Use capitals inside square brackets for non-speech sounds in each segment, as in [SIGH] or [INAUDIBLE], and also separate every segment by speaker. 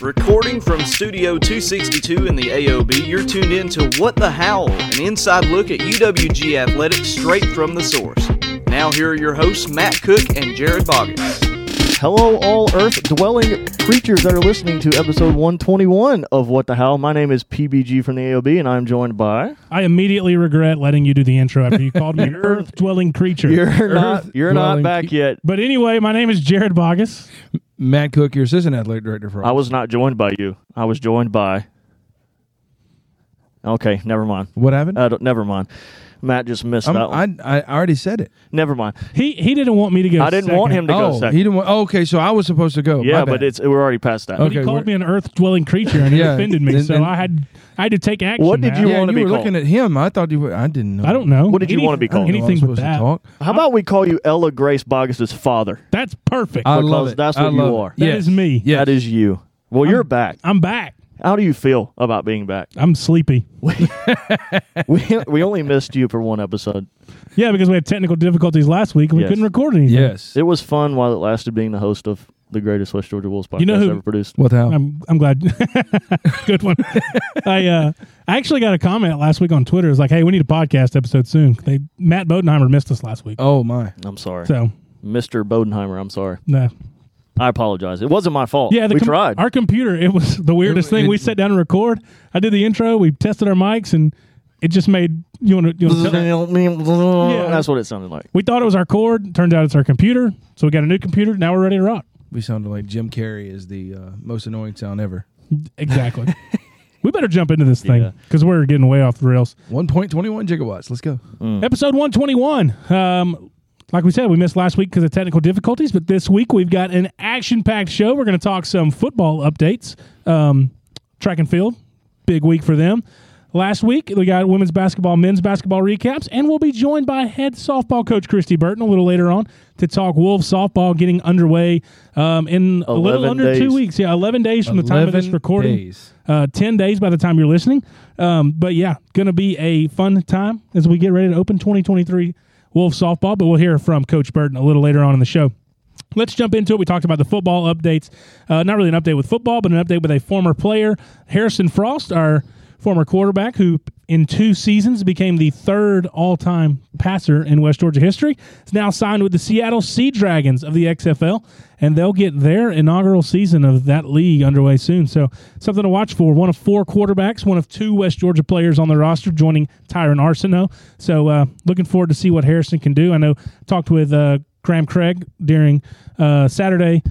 Speaker 1: Recording from Studio 262 in the AOB, you're tuned in to What the Howl, an inside look at UWG athletics straight from the source. Now, here are your hosts, Matt Cook and Jared Boggins.
Speaker 2: Hello, all Earth dwelling creatures that are listening to episode 121 of What the Hell. My name is PBG from the AOB, and I'm joined by.
Speaker 3: I immediately regret letting you do the intro after you called me
Speaker 2: [LAUGHS]
Speaker 3: an earth dwelling creature.
Speaker 2: You're not. You're not
Speaker 4: dwelling
Speaker 2: back yet.
Speaker 3: But anyway, my name is Jared Bogus.
Speaker 4: Matt Cook, your assistant athletic director for
Speaker 2: I was not joined by you. I was joined by. Okay, never mind.
Speaker 4: what happened?
Speaker 2: Uh, never mind. Matt just missed
Speaker 4: I'm-
Speaker 2: that one.
Speaker 4: I, I already said it.
Speaker 2: never mind.
Speaker 3: He he didn't want me to go.
Speaker 2: I didn't want him
Speaker 3: second.
Speaker 2: to go
Speaker 4: Oh,
Speaker 2: second.
Speaker 4: he didn't. Want, oh, okay, so I was supposed to go.
Speaker 2: yeah,
Speaker 4: My
Speaker 2: but
Speaker 4: bad.
Speaker 2: it's we're already past that.
Speaker 4: Okay.
Speaker 3: He called
Speaker 4: we're-
Speaker 3: me an earth dwelling creature and it
Speaker 4: Yeah,
Speaker 3: offended me,
Speaker 4: and-
Speaker 3: so
Speaker 4: and-
Speaker 3: I had I had to take action.
Speaker 2: What did
Speaker 3: now.
Speaker 2: you
Speaker 4: yeah,
Speaker 2: wanna
Speaker 4: you
Speaker 2: be
Speaker 4: were
Speaker 2: called?
Speaker 4: looking at him. I thought you. Were, I didn't know.
Speaker 3: I don't know.
Speaker 2: What did you
Speaker 3: Anything-
Speaker 2: wanna be
Speaker 4: I don't
Speaker 2: called?
Speaker 4: know I was
Speaker 3: Anything but
Speaker 4: supposed to
Speaker 3: that.
Speaker 4: talk.
Speaker 2: How about we call you Ella Grace Boggus's father?
Speaker 3: That's perfect.
Speaker 4: I
Speaker 2: Because
Speaker 4: love it.
Speaker 2: that's
Speaker 4: I
Speaker 2: what you
Speaker 4: love it.
Speaker 2: are.
Speaker 3: That
Speaker 4: Yes.
Speaker 3: is me.
Speaker 4: Yes.
Speaker 2: That is you. Well, you're back.
Speaker 3: I'm back.
Speaker 2: How do you feel about being back?
Speaker 3: I'm
Speaker 4: [LAUGHS]
Speaker 3: sleepy.
Speaker 2: we we only missed you for one episode.
Speaker 3: Yeah, because we had technical difficulties last week and we
Speaker 2: Yes.
Speaker 3: couldn't record anything.
Speaker 4: Yes.
Speaker 2: It was fun while it lasted being the host of the greatest West Georgia Wolves podcast
Speaker 3: You know who-
Speaker 2: ever produced.
Speaker 4: What the hell?
Speaker 3: I'm I'm glad. [LAUGHS] Good one. I uh I actually got a comment last week on Twitter. It's like, hey, we need a podcast episode soon. They Matt Bodenheimer missed us last week.
Speaker 4: oh my.
Speaker 2: I'm sorry.
Speaker 3: So
Speaker 2: Mr. Bodenheimer, I'm sorry.
Speaker 3: no.
Speaker 2: I apologize. It wasn't my fault.
Speaker 3: Yeah, the
Speaker 2: we
Speaker 3: com-
Speaker 2: tried.
Speaker 3: Our computer, it was the weirdest
Speaker 4: It-
Speaker 3: thing.
Speaker 4: it-
Speaker 3: we sat down and record. I did the intro. We tested our mics, and it just made you want to.
Speaker 2: [LAUGHS]
Speaker 3: You wanna tell-
Speaker 2: That's what it sounded like.
Speaker 3: we thought it was our cord. Turns out it's our computer. So we got a new computer. Now we're ready to rock.
Speaker 4: We sounded like Jim Carrey is the uh, most annoying sound ever.
Speaker 3: Exactly. we better jump into this thing
Speaker 2: Yeah.
Speaker 3: because we're getting way off the rails.
Speaker 4: One point twenty one gigawatts. Let's go.
Speaker 3: Episode one twenty one. Um, like we said, we missed last week because of technical difficulties, but this week we've got an action packed show. We're going to talk some football updates. Um, track and field, big week for them. Last week we got women's basketball, men's basketball recaps, and we'll be joined by head softball coach Christy Burton a little later on to talk Wolves softball getting underway um, in a little
Speaker 2: 11
Speaker 3: under
Speaker 2: days.
Speaker 3: two weeks. Yeah, eleven days from the time of this
Speaker 4: 11
Speaker 3: recording
Speaker 4: days.
Speaker 3: uh, 10 days by the time you're listening. Um, but yeah, going to be a fun time as we get ready to open 2023 Wolf softball. But we'll hear from Coach Burton a little later on in the show. Let's jump into it. We talked about the football updates. Uh, not really an update with football, but an update with a former player, Harrison Frost, our former quarterback, who in two seasons became the third all time passer in West Georgia history. Is now signed with the Seattle Sea Dragons of the XFL, and they'll get their inaugural season of that league underway soon. So, something to watch for. One of four quarterbacks, one of two West Georgia players on the roster, joining Tyron Arsenault. So, uh, looking forward to see what Harrison can do. I know talked with uh, Graham Craig during uh, Saturday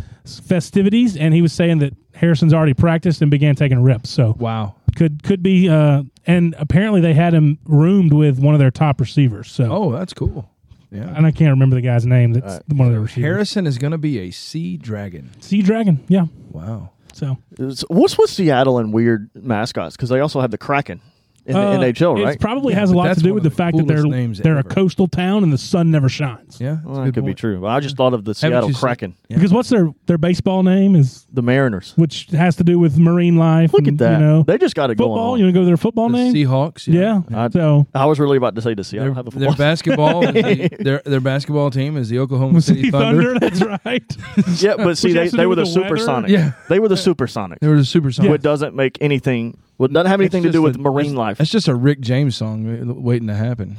Speaker 3: festivities, and he was saying that Harrison's already practiced and began taking reps. So
Speaker 4: Wow.
Speaker 3: could could be, uh, and apparently they had him roomed with one of their top receivers. So
Speaker 4: Oh, that's cool. Yeah.
Speaker 3: and I can't remember the guy's name. That's
Speaker 2: Uh,
Speaker 3: one of their receivers.
Speaker 4: Harrison is going to be a sea dragon.
Speaker 3: Sea Dragon, yeah.
Speaker 4: Wow.
Speaker 3: So
Speaker 2: It was- what's with Seattle and weird mascots? Because they also have the Kraken in the
Speaker 3: uh,
Speaker 2: NHL, right?
Speaker 3: It probably
Speaker 4: Yeah,
Speaker 3: has a
Speaker 4: but
Speaker 3: lot to
Speaker 4: that's
Speaker 3: do
Speaker 4: one
Speaker 3: with the
Speaker 4: of the
Speaker 3: fact that they're
Speaker 4: coolest names
Speaker 3: they're
Speaker 4: ever.
Speaker 3: a coastal town and the sun never shines.
Speaker 4: Yeah. that's a
Speaker 2: Well, that
Speaker 4: good
Speaker 2: could be
Speaker 4: point.
Speaker 2: true. But I just thought of the Seattle
Speaker 4: you seen-
Speaker 2: Kraken,
Speaker 4: Yeah.
Speaker 3: Because what's their their baseball name is,
Speaker 2: the Mariners.
Speaker 3: which has to do with marine life.
Speaker 2: Look at
Speaker 3: and,
Speaker 2: that.
Speaker 3: Mm, You know,
Speaker 2: they just got it
Speaker 3: football.
Speaker 2: going
Speaker 3: You
Speaker 2: on.
Speaker 3: want to go to their football
Speaker 4: The
Speaker 3: name?
Speaker 4: Seahawks.
Speaker 3: Yeah.
Speaker 2: I-
Speaker 3: so
Speaker 2: I was really about to say the Seattle
Speaker 4: Their,
Speaker 2: have a
Speaker 4: their
Speaker 2: football.
Speaker 4: basketball, is the, their their basketball team is the Oklahoma City,
Speaker 3: City Thunder.
Speaker 4: Thunder.
Speaker 3: That's
Speaker 4: [LAUGHS]
Speaker 3: right.
Speaker 2: [LAUGHS] yeah, but see,
Speaker 3: Which
Speaker 2: they,
Speaker 3: has to
Speaker 2: they
Speaker 3: do
Speaker 2: were
Speaker 3: with
Speaker 2: the,
Speaker 3: the weather?
Speaker 2: supersonic.
Speaker 4: Yeah.
Speaker 2: They were the supersonic.
Speaker 4: They were the super song.
Speaker 2: What doesn't make anything, what doesn't uh, have anything to do with marine life.
Speaker 4: That's just a Rick James song uh, waiting to happen.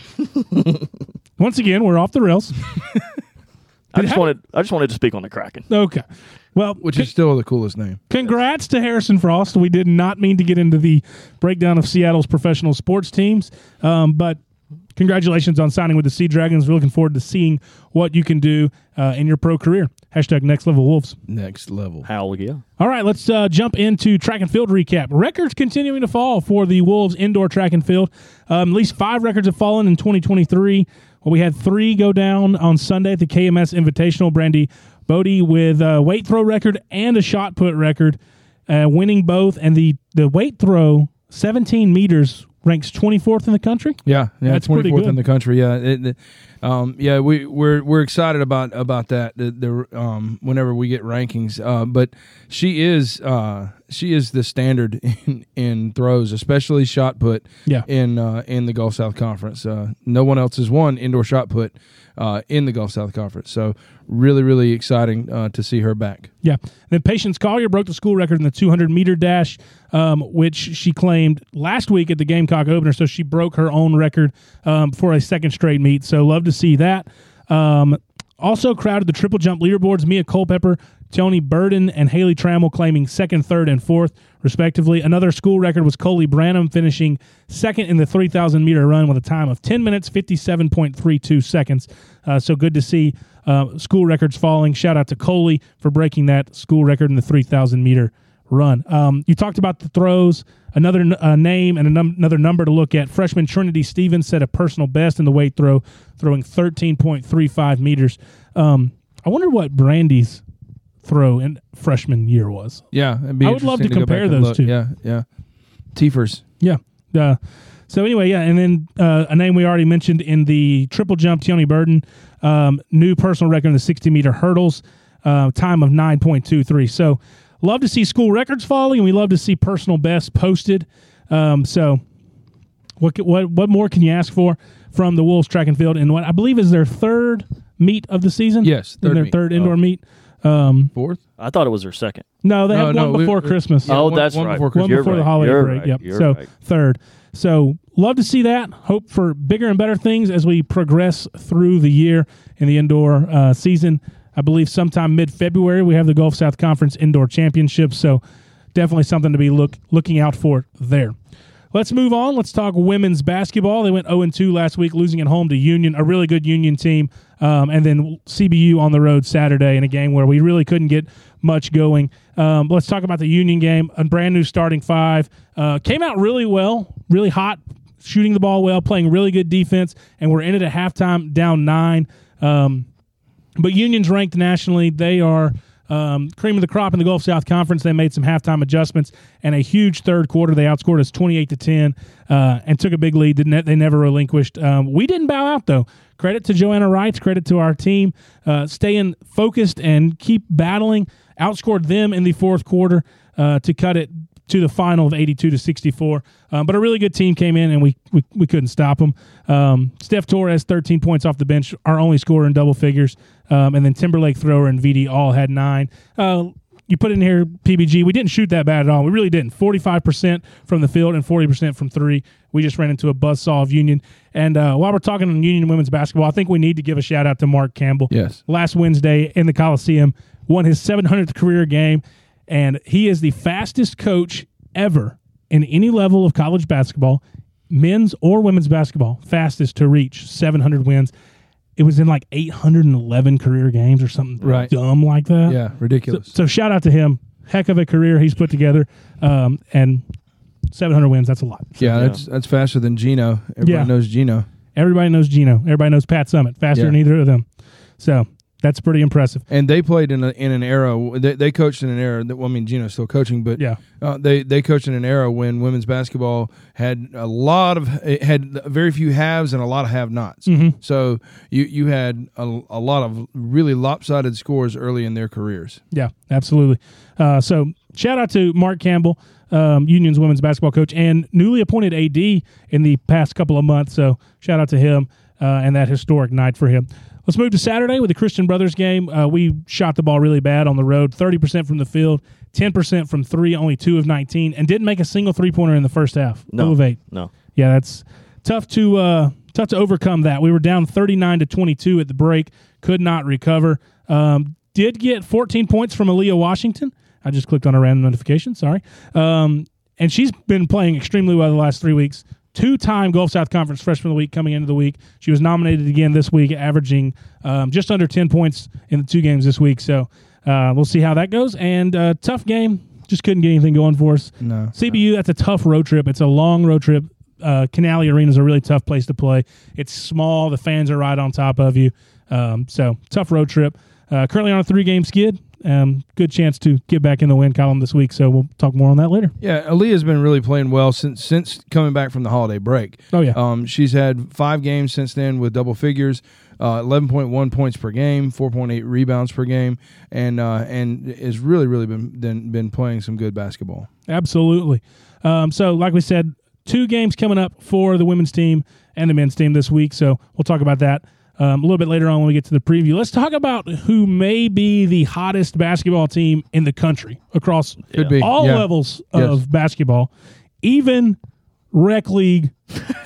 Speaker 3: Once again, we're off the rails.
Speaker 2: I
Speaker 3: Did
Speaker 2: just
Speaker 3: it
Speaker 2: wanted I just wanted to speak on the Kraken.
Speaker 3: Okay. Well,
Speaker 4: Which is still the coolest name.
Speaker 3: Congrats to Harrison Frost. We did not mean to get into the breakdown of Seattle's professional sports teams, um, but congratulations on signing with the Sea Dragons. We're looking forward to seeing what you can do uh, in your pro career. Hashtag next level wolves.
Speaker 4: Next level.
Speaker 2: Howl yeah.
Speaker 3: All right, let's uh, jump into track and field recap. Records continuing to fall for the Wolves indoor track and field. Um, at least five records have fallen in 2023. Well, we had three go down on Sunday at the KMS Invitational. Brandy Bodie with a weight throw record and a shot put record, uh, winning both. And the, the weight throw, 17 meters, ranks 24th in the country.
Speaker 4: Yeah, yeah,
Speaker 3: That's pretty
Speaker 4: twenty fourth
Speaker 3: good.
Speaker 4: in the country. Yeah, it, it- Um, yeah, we we're we're excited about about that. The, the um, whenever we get rankings, uh, but she is uh, she is the standard [LAUGHS] in, in throws, especially shot put.
Speaker 3: Yeah.
Speaker 4: in uh, in the Gulf South Conference, uh, no one else has won indoor shot put uh, in the Gulf South Conference. So really, really exciting uh, to see her back.
Speaker 3: Yeah. And then Patience Collier broke the school record in the 200 meter dash, um, which she claimed last week at the Gamecock opener. So she broke her own record um, for a second straight meet. So love to see that. Um, also crowded the triple jump leaderboards Mia Culpepper, Tony Burden, and Haley Trammell claiming second, third, and fourth, respectively. Another school record was Coley Branham finishing second in the 3,000 meter run with a time of 10 minutes, 57.32 seconds. Uh, so good to see uh, school records falling. Shout out to Coley for breaking that school record in the 3,000 meter run. Um, you talked about the throws. Another n- uh, name and a num- another number to look at. Freshman Trinity Stevens set a personal best in the weight throw, throwing 13.35 meters. Um, I wonder what Brandy's throw in freshman year was.
Speaker 4: Yeah, it'd be
Speaker 3: I would love to
Speaker 4: interesting go back
Speaker 3: compare
Speaker 4: and
Speaker 3: those
Speaker 4: look.
Speaker 3: two.
Speaker 4: Yeah, yeah, Tiefers.
Speaker 3: Yeah. Uh, so anyway, yeah, and then uh, a name we already mentioned in the triple jump, Tony Burden, um, new personal record in the 60 meter hurdles, uh, time of 9.23. So love to see school records falling, and we love to see personal bests posted. Um, so what c- what what more can you ask for from the Wolves track and field? And what I believe is their third meet of the season.
Speaker 4: Yes,
Speaker 3: In
Speaker 4: third
Speaker 3: their
Speaker 4: meet.
Speaker 3: third
Speaker 4: Oh.
Speaker 3: indoor meet. Um,
Speaker 4: Fourth.
Speaker 2: I thought it was her second.
Speaker 3: no, they
Speaker 4: No,
Speaker 3: had
Speaker 4: no,
Speaker 3: one
Speaker 4: we-
Speaker 3: before
Speaker 4: we-
Speaker 3: Christmas
Speaker 4: Yeah,
Speaker 3: Oh,
Speaker 2: oh,
Speaker 4: one-
Speaker 2: that's
Speaker 4: one
Speaker 2: right.
Speaker 4: before
Speaker 3: one
Speaker 4: Christmas.
Speaker 2: You're
Speaker 3: before
Speaker 2: right.
Speaker 3: the holiday
Speaker 2: You're
Speaker 3: break.
Speaker 2: right.
Speaker 3: Yep.
Speaker 2: You're
Speaker 3: so
Speaker 2: right.
Speaker 3: third. So love to see that. Hope for bigger and better things as we progress through the year in the indoor uh, season. I believe sometime mid-February we have the Gulf South Conference Indoor Championships. So definitely something to be look looking out for there. Let's move on. Let's talk women's basketball. They went 0 2 last week, losing at home to Union, a really good Union team, um, and then CBU on the road Saturday in a game where we really couldn't get much going. Um, let's talk about the Union game. A brand new starting five uh, came out really well, really hot, shooting the ball well, playing really good defense, and we're in it at halftime down nine. Um, but Union's ranked nationally. They are um, cream of the crop in the Gulf South Conference. They made some halftime adjustments and a huge third quarter. They outscored us twenty-eight to ten uh, and took a big lead. Didn't they never relinquished? Um, we didn't bow out though. Credit to Joanna Wrights. Credit to our team uh, staying focused and keep battling. Outscored them in the fourth quarter uh, to cut it to the final of 82 to 64. Um, but a really good team came in and we we, we couldn't stop them. Um, Steph Torres, 13 points off the bench, our only scorer in double figures. Um, and then Timberlake Thrower and VD all had nine. Uh, you put in here PBG. We didn't shoot that bad at all. We really didn't. 45% from the field and 40% from three. We just ran into a buzzsaw of Union. And uh, while we're talking on Union women's basketball, I think we need to give a shout out to Mark Campbell
Speaker 4: Yes.
Speaker 3: last Wednesday in the Coliseum, won his 700th career game, and he is the fastest coach ever in any level of college basketball, men's or women's basketball, fastest to reach 700 wins. It was in like 811 career games or something
Speaker 4: Right.
Speaker 3: dumb like that.
Speaker 4: Yeah, ridiculous.
Speaker 3: So shout out to him. Heck of a career he's put together, um, and 700 wins. That's a lot.
Speaker 4: yeah, that's that's faster than Gino. Everybody
Speaker 3: Yeah.
Speaker 4: knows Gino.
Speaker 3: Everybody knows Gino. Everybody knows Pat Summit. Faster
Speaker 4: Yeah.
Speaker 3: than either of them. So that's pretty impressive.
Speaker 4: And they played in a, in an era. They, they coached in an era that well, I mean, Gino's still coaching, but
Speaker 3: Yeah.
Speaker 4: uh, they they coached in an era when women's basketball had a lot of it had very few haves and a lot of have-nots.
Speaker 3: Mm-hmm.
Speaker 4: So you you had a, a lot of really lopsided scores early in their careers.
Speaker 3: Yeah, absolutely. Uh, so shout out to Mark Campbell, um, Union's women's basketball coach, and newly appointed AD in the past couple of months. So shout out to him uh, and that historic night for him. Let's move to Saturday with the Christian Brothers game. Uh, we shot the ball really bad on the road, thirty percent from the field, ten percent from three, only two of nineteen, and didn't make a single three pointer in the first half.
Speaker 2: No.
Speaker 3: Zero of eight.
Speaker 2: No.
Speaker 3: Yeah, that's tough to uh, tough to overcome that. We were down 39 to 22 at the break, could not recover. Um, did get 14 points from Aaliyah Washington. I just clicked on a random notification. Sorry. Um, and she's been playing extremely well the last three weeks. Two-time Gulf South Conference Freshman of the Week coming into the week. She was nominated again this week, averaging um, just under 10 points in the two games this week. So uh, we'll see how that goes. And uh, tough game. Just couldn't get anything going for us.
Speaker 4: No.
Speaker 3: CBU, that's a tough road trip. It's a long road trip. Uh, Canale Arena is a really tough place to play. It's small. The fans are right on top of you. Um, so tough road trip. Uh, currently on a three game skid. Um, good chance to get back in the win column this week. So we'll talk more on that later.
Speaker 4: Yeah, Aaliyah's been really playing well since since coming back from the holiday break.
Speaker 3: Oh, yeah.
Speaker 4: um, she's had five games since then with double figures, uh, eleven point one points per game, four point eight rebounds per game, and uh, and has really really been been, been playing some good basketball.
Speaker 3: Absolutely. Um, so, like we said, two games coming up for the women's team and the men's team this week. So, we'll talk about that um, a little bit later on when we get to the preview. Let's talk about who may be the hottest basketball team in the country across
Speaker 4: Could be
Speaker 3: all
Speaker 4: yeah.
Speaker 3: levels
Speaker 4: Yes.
Speaker 3: of basketball, even rec league,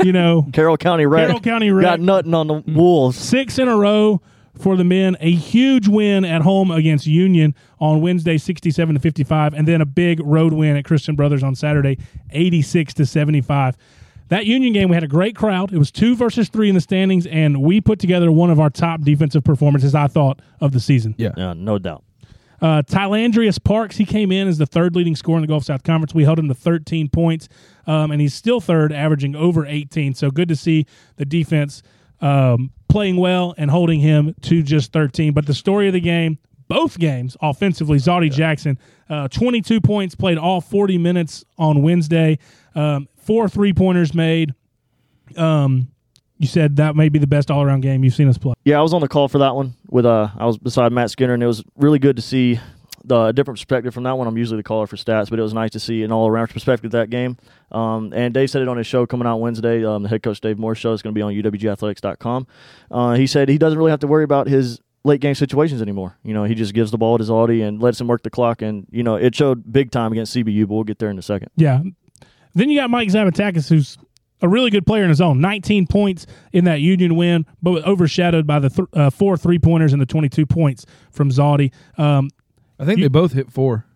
Speaker 3: you
Speaker 4: [LAUGHS]
Speaker 3: know,
Speaker 2: Carroll County Mm. Rec
Speaker 3: Carroll County Rec.
Speaker 2: got nothing on the Wolves.
Speaker 3: six in a row for the men a huge win at home against union on wednesday 67 to 55 and then a big road win at christian brothers on saturday 86 to 75 that union game we had a great crowd it was two versus three in the standings and we put together one of our top defensive performances i thought of the season
Speaker 4: Yeah.
Speaker 2: Yeah, no doubt.
Speaker 3: uh, Tylandrius Parks, he came in as the third leading scorer in the Gulf South Conference. We held him to 13 points, um, and he's still third, averaging over 18. So good to see the defense um, playing well and holding him to just 13. But the story of the game, both games offensively, Zadi Jackson, uh, 22 points, played all 40 minutes on Wednesday, um, four three pointers made. Um, you said that may be the best all around game you've seen us play.
Speaker 2: Yeah, I was on the call for that one with uh I was beside Matt Skinner and it was really good to see the different perspective from that one. I'm usually the caller for stats, but it was nice to see an all around perspective of that game. Um, and Dave said it on his show coming out Wednesday. Um, the head coach Dave Moore show is going to be on uwgathletics.com. Uh, he said he doesn't really have to worry about his late game situations anymore. You know, he just gives the ball to Zaldi and lets him work the clock. And you know, it showed big time against CBU, but we'll get there in a second.
Speaker 3: Yeah. Then you got Mike Zabatakis, who's a really good player in his own. 19 points in that Union win, but was overshadowed by the th- uh, four three pointers and the 22 points from Zaldi. Um,
Speaker 4: I think they both hit four.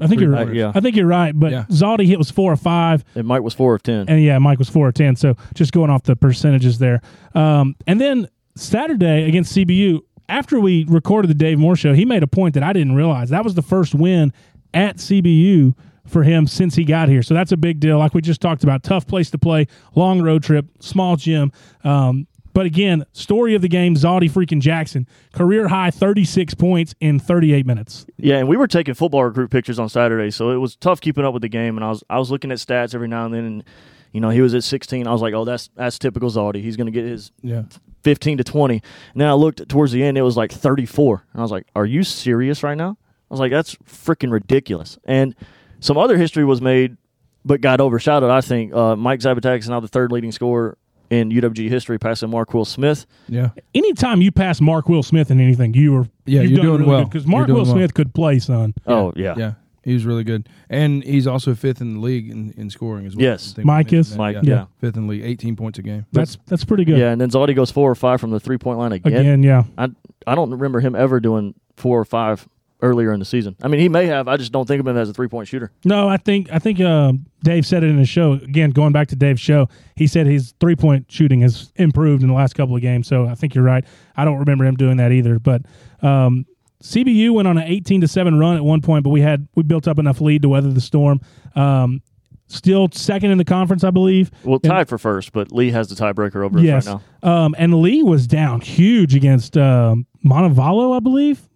Speaker 3: I think you're
Speaker 2: Uh,
Speaker 3: right.
Speaker 2: yeah.
Speaker 3: I think you're right, but
Speaker 4: Yeah.
Speaker 3: Zaldi hit was four or five,
Speaker 2: And Mike was four of ten.
Speaker 3: and yeah, Mike was four or ten. So just going off the percentages there. Um, and then Saturday against CBU, after we recorded the Dave Moore show, he made a point that I didn't realize. That was the first win at CBU for him since he got here. So that's a big deal. Like we just talked about, tough place to play, long road trip, small gym. Um, but again, story of the game, Zaldi freaking Jackson, career high 36 points in 38 minutes.
Speaker 2: Yeah, and we were taking football recruit pictures on Saturday, so it was tough keeping up with the game. And I was I was looking at stats every now and then, and you know he was at 16. I was like, oh, that's that's typical Zaldi. He's going to get his
Speaker 4: Yeah.
Speaker 2: 15 to 20. And then I looked towards the end, it was like 34, and I was like, are you serious right now? I was like, that's freaking ridiculous. And some other history was made, but got overshadowed. I think uh, Mike Zabatak is now the third leading scorer in UWG history, passing Marquil Smith.
Speaker 4: Yeah.
Speaker 3: Anytime you pass Mark Will Smith in anything, you are
Speaker 4: Yeah,
Speaker 3: you've
Speaker 4: you're
Speaker 3: done
Speaker 4: doing
Speaker 3: really
Speaker 4: well.
Speaker 3: because
Speaker 4: You're
Speaker 3: Mark
Speaker 4: doing
Speaker 3: Will
Speaker 4: well.
Speaker 3: Smith could play, son.
Speaker 2: Oh yeah,
Speaker 4: Yeah. He was really good, and he's also fifth in the league in, in scoring as well.
Speaker 2: Yes.
Speaker 4: I think we
Speaker 3: Mike
Speaker 4: mentioned
Speaker 3: is?
Speaker 4: that.
Speaker 2: Mike, yeah.
Speaker 4: fifth in the league, eighteen points a game.
Speaker 3: That's that's pretty good.
Speaker 2: yeah. And then Zaldi goes four or five from the three point line again.
Speaker 3: Again, yeah.
Speaker 2: I I don't remember him ever doing four or five earlier in the season. I mean, he may have. I just don't think of him as a three point shooter.
Speaker 3: No, I think I think um, Dave said it in his show. Again, going back to Dave's show, he said his three point shooting has improved in the last couple of games. So I think you're right. I don't remember him doing that either. But um, CBU went on an 18 to seven run at one point, but we had we built up enough lead to weather the storm. Um, still second in the conference, I believe.
Speaker 2: Well,
Speaker 3: And-
Speaker 2: tied for first, but Lee has the tiebreaker over
Speaker 3: Yes.
Speaker 2: us right now.
Speaker 3: Um, and Lee was down huge against um, Montevallo, I believe.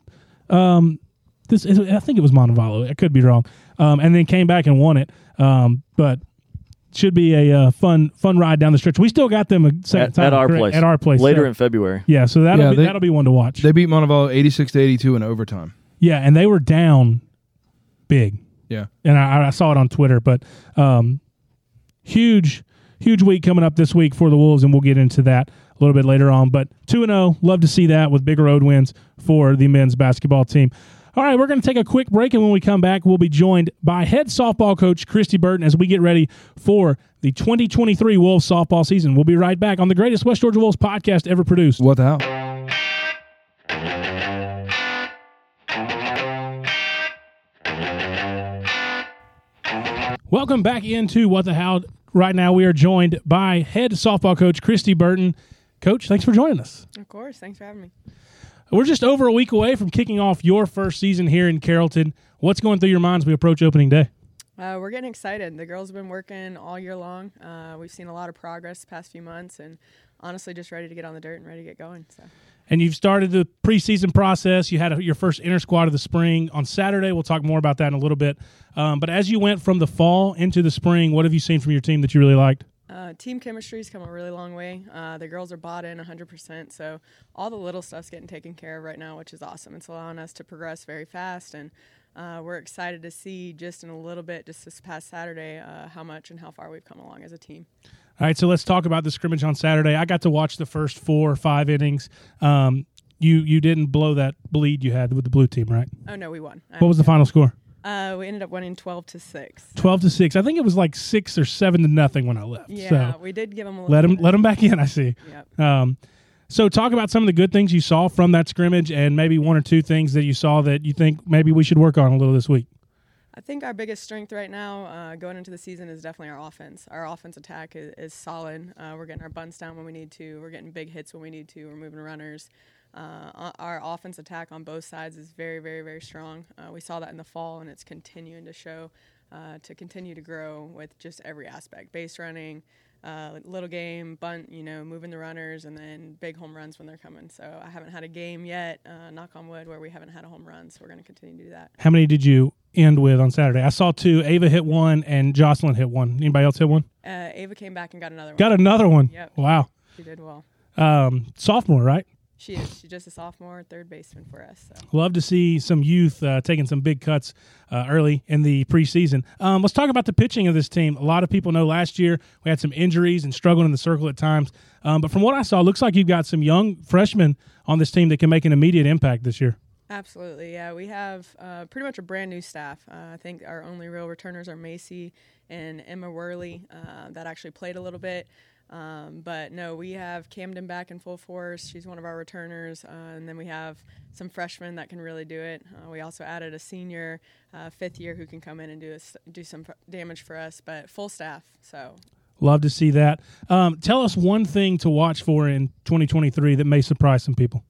Speaker 3: Um, this is, I think it was Montevallo. I could be wrong. Um, and then came back and won it. Um, but should be a uh, fun fun ride down the stretch. We still got them a second
Speaker 2: At,
Speaker 3: time
Speaker 2: at our
Speaker 3: correct?
Speaker 2: place.
Speaker 3: At our place
Speaker 2: Later
Speaker 3: so-
Speaker 2: in February.
Speaker 3: yeah, so that'll
Speaker 4: Yeah,
Speaker 3: be,
Speaker 4: they-
Speaker 3: that'll be one to watch.
Speaker 4: They beat Montevallo eighty-six to eighty-two in overtime.
Speaker 3: yeah, and they were down big.
Speaker 4: Yeah.
Speaker 3: and I, I saw it on Twitter. But um, huge, huge week coming up this week for the Wolves, and we'll get into that a little bit later on. But two and zero, love to see that with big road wins for the men's basketball team. All right, we're going to take a quick break, and when we come back, we'll be joined by head softball coach Christy Burton as we get ready for the 2023 Wolves softball season. We'll be right back on the greatest West Georgia Wolves podcast ever produced.
Speaker 4: What the hell?
Speaker 3: Welcome back into What the How. Right now, we are joined by head softball coach Christy Burton. Coach, thanks for joining us.
Speaker 5: Of course. Thanks for having me.
Speaker 3: We're just over a week away from kicking off your first season here in Carrollton. What's going through your mind as we approach opening day?
Speaker 5: Uh, we're getting excited. The girls have been working all year long. Uh, we've seen a lot of progress the past few months and honestly just ready to get on the dirt and ready to get going. So
Speaker 3: and you've started the preseason process. You had a, your first inter squad of the spring on Saturday. We'll talk more about that in a little bit. Um, but as you went from the fall into the spring, what have you seen from your team that you really liked?
Speaker 5: Uh, team chemistry's come a really long way. Uh, the girls are bought in 100%, so all the little stuff's getting taken care of right now, which is awesome. It's allowing us to progress very fast, and uh, we're excited to see just in a little bit, just this past Saturday, uh, how much and how far we've come along as a team.
Speaker 3: All right, so let's talk about the scrimmage on Saturday. I got to watch the first four or five innings. Um, you you didn't blow that bleed you had with the blue team, right?
Speaker 5: Oh no, we won. I
Speaker 3: What was the final score?
Speaker 5: Uh, we ended up winning 12 to six.
Speaker 3: Twelve to six. I think it was like six or seven to nothing when I left.
Speaker 5: Yeah,
Speaker 3: so
Speaker 5: we did give them a little.
Speaker 3: let them
Speaker 5: bit.
Speaker 3: let them back in. I see.
Speaker 5: Yep.
Speaker 3: Um, so talk about some of the good things you saw from that scrimmage, and maybe one or two things that you saw that you think maybe we should work on a little this week.
Speaker 5: I think our biggest strength right now, uh, going into the season, is definitely our offense. Our offense attack is, is solid. Uh, we're getting our buns down when we need to. We're getting big hits when we need to. We're moving runners. Uh, o- our offense attack on both sides is very, very, very strong. Uh, we saw that in the fall, and it's continuing to show uh, to continue to grow with just every aspect: base running, uh, little game, bunt, you know, moving the runners, and then big home runs when they're coming. So I haven't had a game yet, uh, knock on wood, where we haven't had a home run. So we're going to continue to do that.
Speaker 3: How many did you end with on Saturday? I saw two. Ava hit one, and Jocelyn hit one. Anybody else hit one?
Speaker 5: Uh, Ava came back and got another one.
Speaker 3: Got another one.
Speaker 5: Yep.
Speaker 3: Wow.
Speaker 5: She did well.
Speaker 3: Um, sophomore, right?
Speaker 5: She is. She's just a sophomore, third baseman for us. So.
Speaker 3: Love to see some youth uh, taking some big cuts uh, early in the preseason. Um, let's talk about the pitching of this team. A lot of people know last year we had some injuries and struggled in the circle at times. Um, but from what I saw, it looks like you've got some young freshmen on this team that can make an immediate impact this year.
Speaker 5: Absolutely, yeah. We have uh, pretty much a brand new staff. Uh, I think our only real returners are Macy and Emma Worley uh, that actually played a little bit. Um, but no, we have Camden back in full force. She's one of our returners, uh, and then we have some freshmen that can really do it. Uh, we also added a senior, uh, fifth year, who can come in and do us do some f- damage for us. But full staff, so
Speaker 3: Love to see that. Um, tell us one thing to watch for in 2023 that may surprise some people.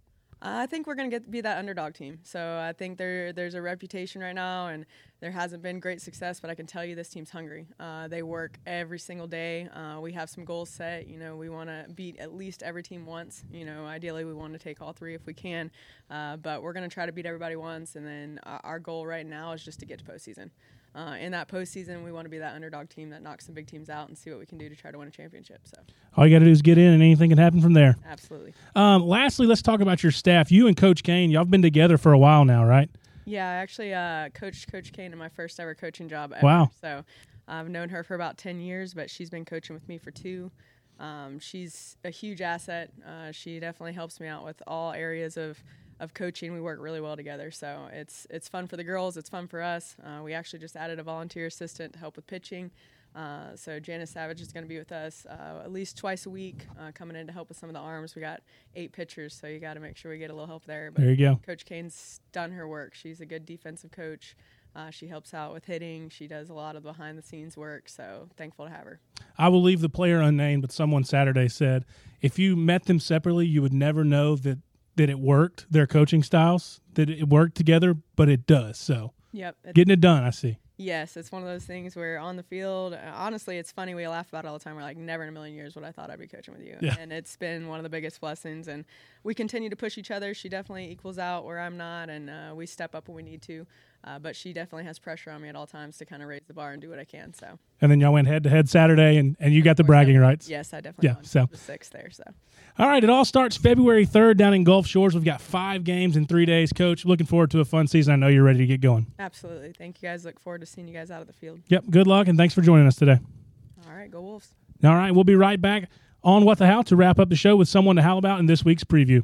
Speaker 5: I think we're going to get be that underdog team. So I think there there's a reputation right now, and there hasn't been great success. But I can tell you, this team's hungry. Uh, they work every single day. Uh, we have some goals set. You know, we want to beat at least every team once. You know, ideally we want to take all three if we can. Uh, but we're going to try to beat everybody once, and then our, our goal right now is just to get to postseason. Uh, in that postseason, we want to be that underdog team that knocks some big teams out and see what we can do to try to win a championship. So,
Speaker 3: All you got to do is get in, and anything can happen from there.
Speaker 5: absolutely.
Speaker 3: Um, lastly, let's talk about your staff. You and Coach Kane, y'all have been together for a while now, right?
Speaker 5: Yeah, I actually uh, coached Coach Kane in my first ever coaching job. Ever.
Speaker 3: Wow.
Speaker 5: So I've known her for about 10 years, but she's been coaching with me for two. Um, she's a huge asset. Uh, she definitely helps me out with all areas of, of coaching. We work really well together. So it's, it's fun for the girls, it's fun for us. Uh, we actually just added a volunteer assistant to help with pitching. Uh, so Janice Savage is going to be with us uh, at least twice a week, uh, coming in to help with some of the arms. We got eight pitchers, so you got to make sure we get a little help there. But
Speaker 3: There you go.
Speaker 5: Coach Kane's done her work. She's a good defensive coach. Uh, she helps out with hitting. She does a lot of behind the scenes work. So thankful to have her.
Speaker 3: I will leave the player unnamed, but someone Saturday said if you met them separately, you would never know that that it worked. Their coaching styles that it worked together, but it does. So
Speaker 5: Yep. It's,
Speaker 3: getting it done, I see.
Speaker 5: yes, it's one of those things where on the field, uh, honestly, it's funny. We laugh about it all the time. We're like, never in a million years would I thought I'd be coaching with you.
Speaker 3: Yeah.
Speaker 5: And it's been one of the biggest blessings. And we continue to push each other. She definitely equals out where I'm not, and uh, we step up when we need to. Uh, but she definitely has pressure on me at all times to kind of raise the bar and do what I can. So
Speaker 3: And then y'all went head to head Saturday, and and you got the bragging rights.
Speaker 5: yes, I definitely
Speaker 3: Yeah,
Speaker 5: won
Speaker 3: so-
Speaker 5: the six there. So.
Speaker 3: All right, it all starts February third down in Gulf Shores. We've got five games in three days. Coach, looking forward to a fun season. I know you're ready to get going.
Speaker 5: Absolutely. Thank you guys. Look forward to seeing you guys out of the field.
Speaker 3: Yep. Good luck, and thanks for joining us today.
Speaker 5: All right, go Wolves.
Speaker 3: All right, we'll be right back on What the How to wrap up the show with someone to howl about in this week's preview.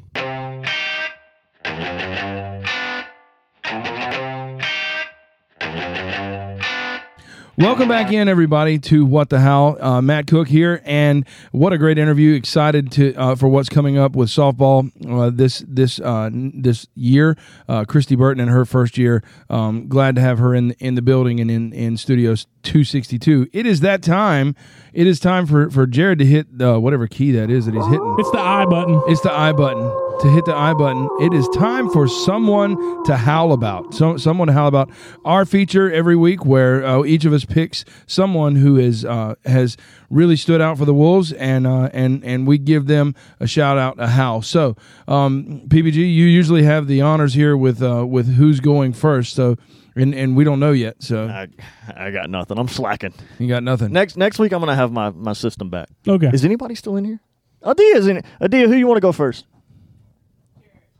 Speaker 4: Welcome back in, everybody, to What the How. Uh, Matt Cook here, and what a great interview! Excited to uh, for what's coming up with softball uh, this this uh, n- this year. Uh, Christy Burton in her first year. Um, glad to have her in in the building and in in studios 262. It is that time. It is time for for Jared to hit uh, whatever key that is that he's hitting.
Speaker 3: It's the I button.
Speaker 4: It's the I button. to hit the I button. It is time for someone to howl about. So, someone to howl about. Our feature every week where uh, each of us picks someone who is uh, has really stood out for the Wolves, and uh, and and we give them a shout out, a howl. So, um, PBG, you usually have the honors here with uh, with who's going first. So. And, and we don't know yet,
Speaker 3: Uh,
Speaker 4: so
Speaker 2: I, I got nothing. I'm slacking.
Speaker 4: you got nothing.
Speaker 2: Next next week, I'm gonna have my, my system back.
Speaker 3: Okay.
Speaker 2: Is anybody still in here? Adia's in it. Adia, who you want to go first?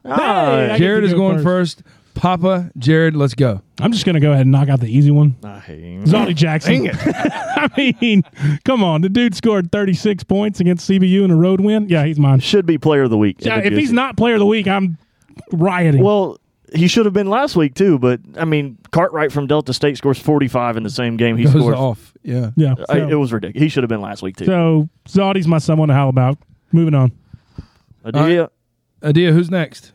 Speaker 3: Hey, I get
Speaker 4: Jared
Speaker 3: to
Speaker 4: is
Speaker 3: go
Speaker 4: going first. Papa, Jared, let's go.
Speaker 3: I'm just gonna go ahead and knock out the easy one.
Speaker 2: I hate
Speaker 3: Zolly Jackson. [LAUGHS] I mean, come on. The dude scored 36 points against CBU in a road win. Yeah, he's mine.
Speaker 2: Should be player of the week.
Speaker 3: Yeah,
Speaker 2: in a
Speaker 3: if he's
Speaker 2: jiffy.
Speaker 3: not player of the week, I'm rioting.
Speaker 2: well, he should have been last week too. But I mean, Cartwright from Delta State scores 45 in the same game he
Speaker 4: Goes
Speaker 2: scored.
Speaker 4: off. Yeah.
Speaker 3: yeah. So,
Speaker 2: I- it was ridiculous. He should have been last week too.
Speaker 3: so Zoldy's my someone to howl about. Moving on.
Speaker 2: Adia,
Speaker 4: Adia, who's next?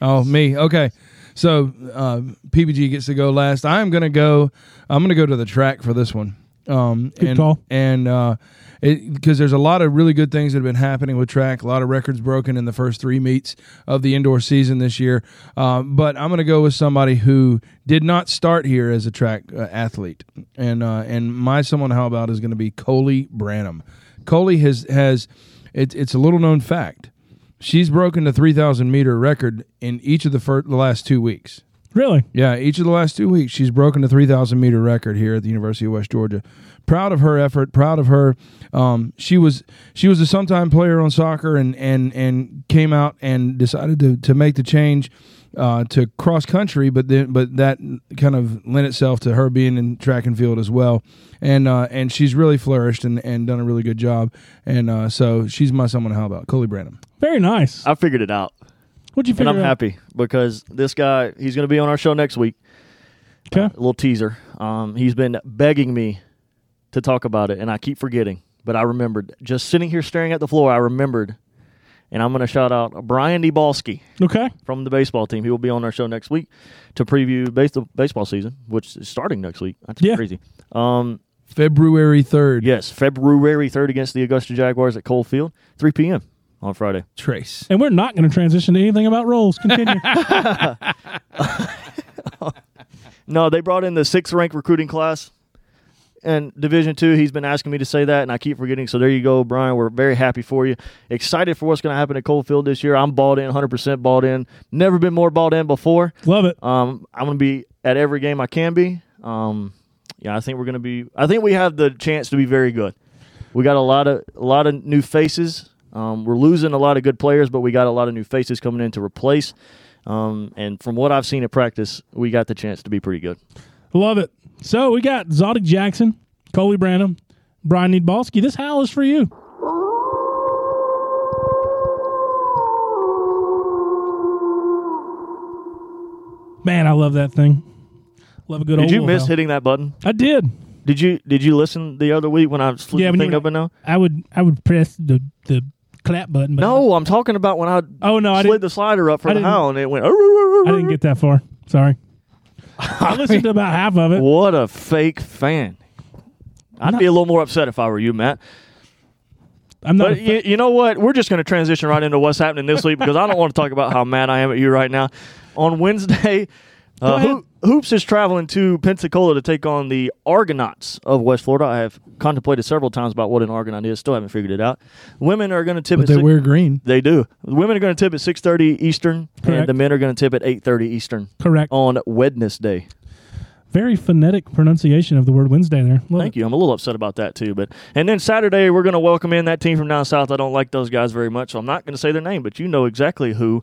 Speaker 4: Oh, me. Okay. So uh, PBG gets to go last. I'm gonna go. I'm gonna go to the track for this one. Um,
Speaker 3: Good
Speaker 4: and,
Speaker 3: call.
Speaker 4: And because there's a lot of really good things that have been happening with track. A lot of records broken in the first three meets of the indoor season this year. Um, but I'm gonna go with somebody who did not start here as a track uh, athlete. And uh, and my someone how about is gonna be Coley Branham. Coley has has it, it's a little known fact. She's broken the 3,000 meter record in each of the, fir- the last two weeks.
Speaker 3: Really?
Speaker 4: Yeah, each of the last two weeks, she's broken the 3,000 meter record here at the University of West Georgia. Proud of her effort. Proud of her. Um, she was she was a sometime player on soccer and and and came out and decided to to make the change uh, to cross country, but then but that kind of lent itself to her being in track and field as well. And uh, and she's really flourished and, and done a really good job. And uh, so she's my someone. How about Coley Branham?
Speaker 3: Very nice.
Speaker 2: I figured it out,
Speaker 3: What'd
Speaker 2: Uh,
Speaker 3: you
Speaker 2: and
Speaker 3: figure
Speaker 2: I'm
Speaker 3: out?
Speaker 2: happy because this guy he's going to be on our show next week.
Speaker 3: Okay.
Speaker 2: A little teaser. Um, he's been begging me to talk about it, and I keep forgetting. But I remembered just sitting here staring at the floor. I remembered, and I'm going to shout out Brian Debalski
Speaker 3: Okay.
Speaker 2: from the baseball team. He will be on our show next week to preview base- the baseball season, which is starting next week. That's
Speaker 3: Yeah.
Speaker 2: crazy. Um,
Speaker 4: February 3rd.
Speaker 2: yes, February 3rd against the Augusta Jaguars at Cole Field, 3 p.m. on Friday.
Speaker 4: Trace.
Speaker 3: And we're not going to transition to anything about
Speaker 2: [LAUGHS]
Speaker 3: roles. Continue.
Speaker 2: No, they brought in the sixth ranked recruiting class. And Division Two, he's been asking me to say that, and I keep forgetting. So there you go, Brian. We're very happy for you. Excited for what's going to happen at Coldfield this year. I'm bought in, 100 percent bought in. Never been more bought in before.
Speaker 3: Love it.
Speaker 2: Um, I'm going to be at every game I can be. Um, yeah, I think we're going to be. I think we have the chance to be very good. We got a lot of a lot of new faces. Um, we're losing a lot of good players, but we got a lot of new faces coming in to replace. Um, and from what I've seen at practice, we got the chance to be pretty good.
Speaker 3: Love it. So we got Zodic Jackson, Coley Branham, Brian Niedbalski. This howl is for you. Man, I love that thing. Love a good old
Speaker 2: Did you
Speaker 3: wolf
Speaker 2: miss
Speaker 3: howl.
Speaker 2: hitting that button?
Speaker 3: I did.
Speaker 2: Did you Did you listen the other week when I flipped
Speaker 3: Yeah,
Speaker 2: the
Speaker 3: when you
Speaker 2: thing
Speaker 3: were-
Speaker 2: open? Now,
Speaker 3: I would I would press the the clap button. But
Speaker 2: no, I'm talking about when I
Speaker 3: Oh no, I
Speaker 2: slid
Speaker 3: didn't
Speaker 2: the slider up
Speaker 3: I
Speaker 2: for the
Speaker 3: didn't-
Speaker 2: howl and it went.
Speaker 3: I didn't get that far.
Speaker 2: [LAUGHS]
Speaker 3: Sorry. I listened to about half of it.
Speaker 2: What a fake fan! I'd be a little more upset if I were you, Matt.
Speaker 3: I'm not a
Speaker 2: But you, you know what? We're just going to transition right into what's happening this week because I don't want to talk about how mad I am at you right now. On Wednesday, uh,
Speaker 3: ahead.
Speaker 2: Ho- Hoops is traveling to Pensacola to take on the Argonauts of West Florida. I have contemplated several times about what an Argonaut is. Still haven't figured it out. Women are going to tip
Speaker 4: But
Speaker 2: at
Speaker 4: they
Speaker 2: six-
Speaker 4: wear green.
Speaker 2: They do. The women are going to tip at 6:30 Eastern,
Speaker 3: Correct.
Speaker 2: and the men are going to tip at 8:30 Eastern
Speaker 3: correct.
Speaker 2: on Wednesday.
Speaker 3: Very phonetic pronunciation of the word Wednesday there. Love
Speaker 2: Thank you. I'm a little upset about that too, but and then Saturday we're going to welcome in that team from down south. I don't like those guys very much, so I'm not going to say their name, but you know exactly who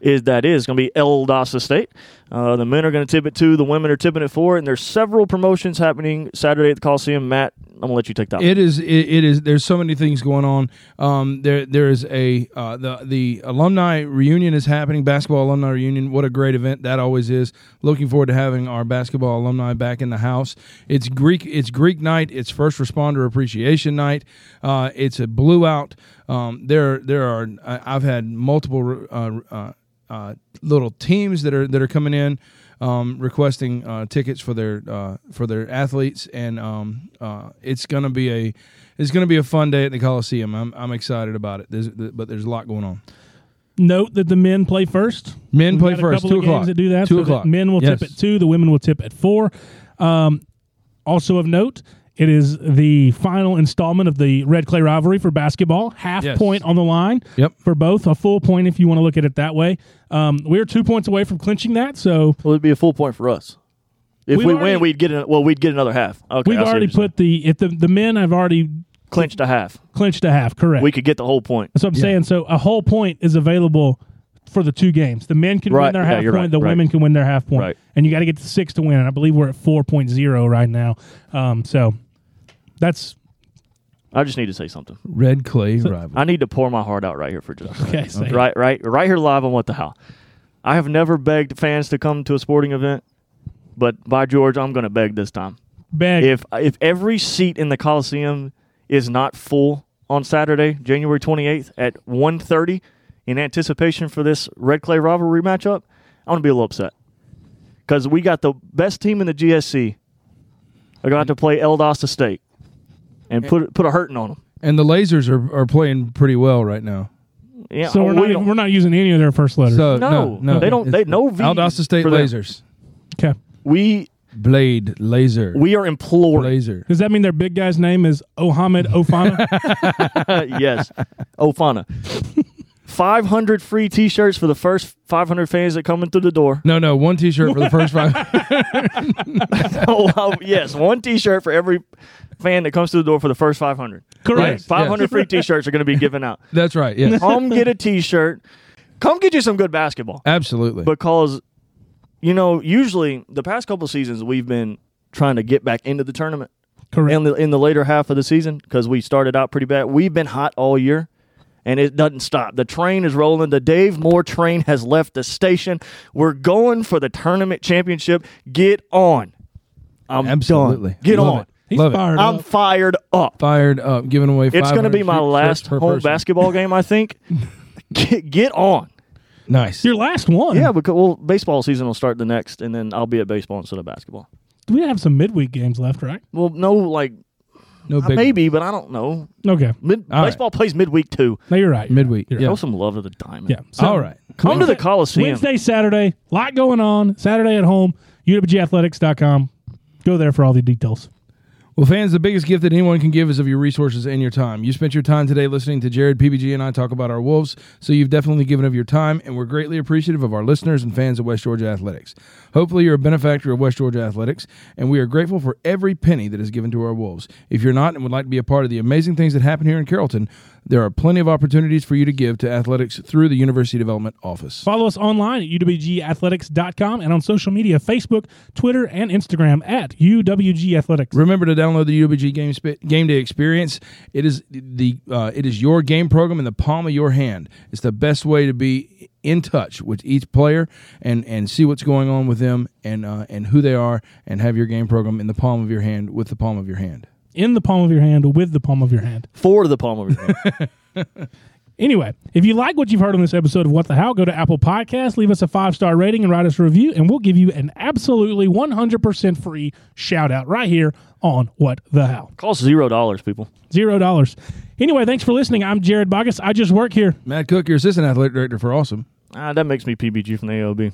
Speaker 2: is that is going to be Eldasa State. Uh, the men are going to tip at two, the women are tipping at four, and there's several promotions happening Saturday at the Coliseum. Matt, I'm going to let you take that. one.
Speaker 4: It is. It, it is. There's so many things going on. Um, there, there is a uh, the the alumni reunion is happening. Basketball alumni reunion. What a great event that always is. Looking forward to having our basketball alumni back in the house. It's Greek. It's Greek night. It's first responder appreciation night. Uh, it's a blue out. Um, there, there are. I, I've had multiple uh, uh, uh, little teams that are that are coming in um, requesting uh, tickets for their uh, for their athletes, and um, uh, it's gonna be a it's gonna be a fun day at the Coliseum. I'm I'm excited about it. There's, but there's a lot going on.
Speaker 3: note that the men play first.
Speaker 4: Men
Speaker 3: We've
Speaker 4: play
Speaker 3: got a
Speaker 4: first,
Speaker 3: couple
Speaker 4: 2
Speaker 3: of games
Speaker 4: o'clock.
Speaker 3: That do that.
Speaker 4: 2
Speaker 3: so that
Speaker 4: o'clock.
Speaker 3: Men will
Speaker 4: Yes.
Speaker 3: tip at two. The women will tip at four. Um, also of note, it is the final installment of the Red Clay rivalry for basketball. Half
Speaker 4: Yes.
Speaker 3: point on the line.
Speaker 4: Yep.
Speaker 3: For both, a full point if you want to look at it that way. Um, we are two points away from clinching that, so
Speaker 2: Well, it'd be a full point for us. If
Speaker 3: We've
Speaker 2: we
Speaker 3: already-
Speaker 2: win, we'd get an, well, we'd get another half. Okay,
Speaker 3: we've
Speaker 2: I see what
Speaker 3: already
Speaker 2: you're saying.
Speaker 3: put the if the the men have already
Speaker 2: clinched a half.
Speaker 3: clinched a half. Correct.
Speaker 2: We could get the whole point.
Speaker 3: That's what I'm saying. So a whole point is available for the two games. The men can win
Speaker 2: Right.
Speaker 3: their
Speaker 2: Yeah,
Speaker 3: half
Speaker 2: you're
Speaker 3: point.
Speaker 2: right,
Speaker 3: the
Speaker 2: right.
Speaker 3: women can win their half point.
Speaker 2: Right.
Speaker 3: And you got to get to six to win. And I believe we're at 4.0 right now. Um, so that's
Speaker 2: I just need to say something.
Speaker 4: Red Clay rival.
Speaker 2: I need to pour my heart out right here for just a
Speaker 3: okay.
Speaker 2: second.
Speaker 3: so-
Speaker 2: right, right, right here live on what the hell. I have never begged fans to come to a sporting event, but by George, I'm going to beg this time.
Speaker 3: Beg.
Speaker 2: If if every seat in the Coliseum is not full on Saturday, January 28th at 1:30, in anticipation for this Red Clay rivalry matchup, I'm going to be a little upset because we got the best team in the GSC. They're going to have to play Eldosta State and put put a hurting on them.
Speaker 4: and the Lasers are, are playing pretty well right now.
Speaker 2: Yeah,
Speaker 3: so we're
Speaker 2: we
Speaker 3: not,
Speaker 2: don't-
Speaker 3: we're not using any of their first letters.
Speaker 4: So
Speaker 2: No,
Speaker 4: no, no,
Speaker 2: they don't-
Speaker 4: It's
Speaker 2: they- no V
Speaker 4: Valdosta State
Speaker 2: for them.
Speaker 4: Lasers.
Speaker 3: okay.
Speaker 2: we
Speaker 4: Blade laser.
Speaker 2: we are imploring.
Speaker 4: laser.
Speaker 3: Does that mean their big guy's name is
Speaker 2: [LAUGHS]
Speaker 3: Ohamed Ofana?
Speaker 2: yes, Oh, Ofana. 500 free T-shirts for the first 500 fans that come in through the door.
Speaker 4: [LAUGHS] No, no, one T-shirt for the first five.
Speaker 2: [LAUGHS] oh, wow. yes, one T-shirt for every fan that comes through the door for the first 500. Right?
Speaker 3: Correct.
Speaker 4: Yes.
Speaker 2: 500 free T-shirts are going to be given
Speaker 4: [LAUGHS]
Speaker 2: out.
Speaker 4: That's right. Yes,
Speaker 2: Come get a T-shirt. Come get you some good basketball
Speaker 4: absolutely.
Speaker 2: because, you know, usually the past couple seasons we've been trying to get back into the tournament
Speaker 3: Correct.
Speaker 2: in the in the later half of the season because we started out pretty bad. We've been hot all year, and it doesn't stop. The train is rolling. The Dave Moore train has left the station. We're going for the tournament championship. Get on! I'm
Speaker 4: Absolutely.
Speaker 2: done. Get
Speaker 4: Love
Speaker 2: on!
Speaker 4: it.
Speaker 3: He's
Speaker 4: Love it.
Speaker 3: fired
Speaker 2: I'm
Speaker 3: up.
Speaker 2: fired up.
Speaker 4: Fired up, giving away.
Speaker 2: It's going to
Speaker 4: 500
Speaker 2: be my
Speaker 4: shirts
Speaker 2: last
Speaker 4: per
Speaker 2: home
Speaker 4: person.
Speaker 2: basketball game. I
Speaker 4: [LAUGHS]
Speaker 2: think. get, get on!
Speaker 4: Nice.
Speaker 3: Your last one.
Speaker 2: Yeah, because well, baseball season will start the next, and then I'll be at baseball instead of basketball.
Speaker 3: We have some midweek games left, right?
Speaker 2: Well, no, like
Speaker 4: no big
Speaker 2: maybe, but I don't know.
Speaker 3: Okay.
Speaker 2: Mid-
Speaker 4: All right.
Speaker 2: baseball plays midweek too.
Speaker 3: No, you're right.
Speaker 4: midweek.
Speaker 3: You're-
Speaker 4: Yeah.
Speaker 2: Show some love to the diamond.
Speaker 3: Yeah. So-
Speaker 4: All right.
Speaker 2: Come to the
Speaker 3: Wednesday-
Speaker 2: Coliseum.
Speaker 3: Wednesday, Saturday. Lot going on. Saturday at home. UWGathletics.com. Go there for all the details.
Speaker 4: Well, fans, the biggest gift that anyone can give is of your resources and your time. You spent your time today listening to Jared, PBG, and I talk about our Wolves, so you've definitely given of your time, and we're greatly appreciative of our listeners and fans of West Georgia Athletics. Hopefully, you're a benefactor of West Georgia Athletics, and we are grateful for every penny that is given to our Wolves. If you're not and would like to be a part of the amazing things that happen here in Carrollton, there are plenty of opportunities for you to give to athletics through the University Development Office.
Speaker 3: Follow us online at uwgathletics.com and on social media Facebook, Twitter, and Instagram at uwgathletics.
Speaker 4: Remember to download the UWG Game, Sp- game Day Experience. It is the uh, it is your game program in the palm of your hand. It's the best way to be in touch with each player and and see what's going on with them and uh, and who they are and have your game program in the palm of your hand with the palm of your hand.
Speaker 3: In the palm of your hand, with the palm of your hand.
Speaker 2: for the palm [LAUGHS] of your hand.
Speaker 3: Anyway, if you like what you've heard on this episode of What the How, go to Apple Podcasts, leave us a five star rating, and write us a review, and we'll give you an absolutely 100% free shout out right here on What the How.
Speaker 2: Costs zero dollars, people.
Speaker 3: Zero dollars. Anyway, thanks for listening. I'm Jared Bogus. I just work here.
Speaker 4: Matt Cook, your assistant athletic director for Awesome.
Speaker 2: Ah, that makes me PBG from the AOB.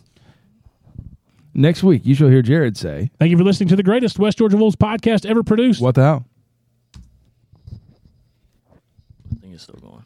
Speaker 4: Next week, you shall hear Jared say,
Speaker 3: Thank you for listening to the greatest West Georgia Wolves podcast ever produced.
Speaker 4: "What the hell."
Speaker 2: I think it's still going.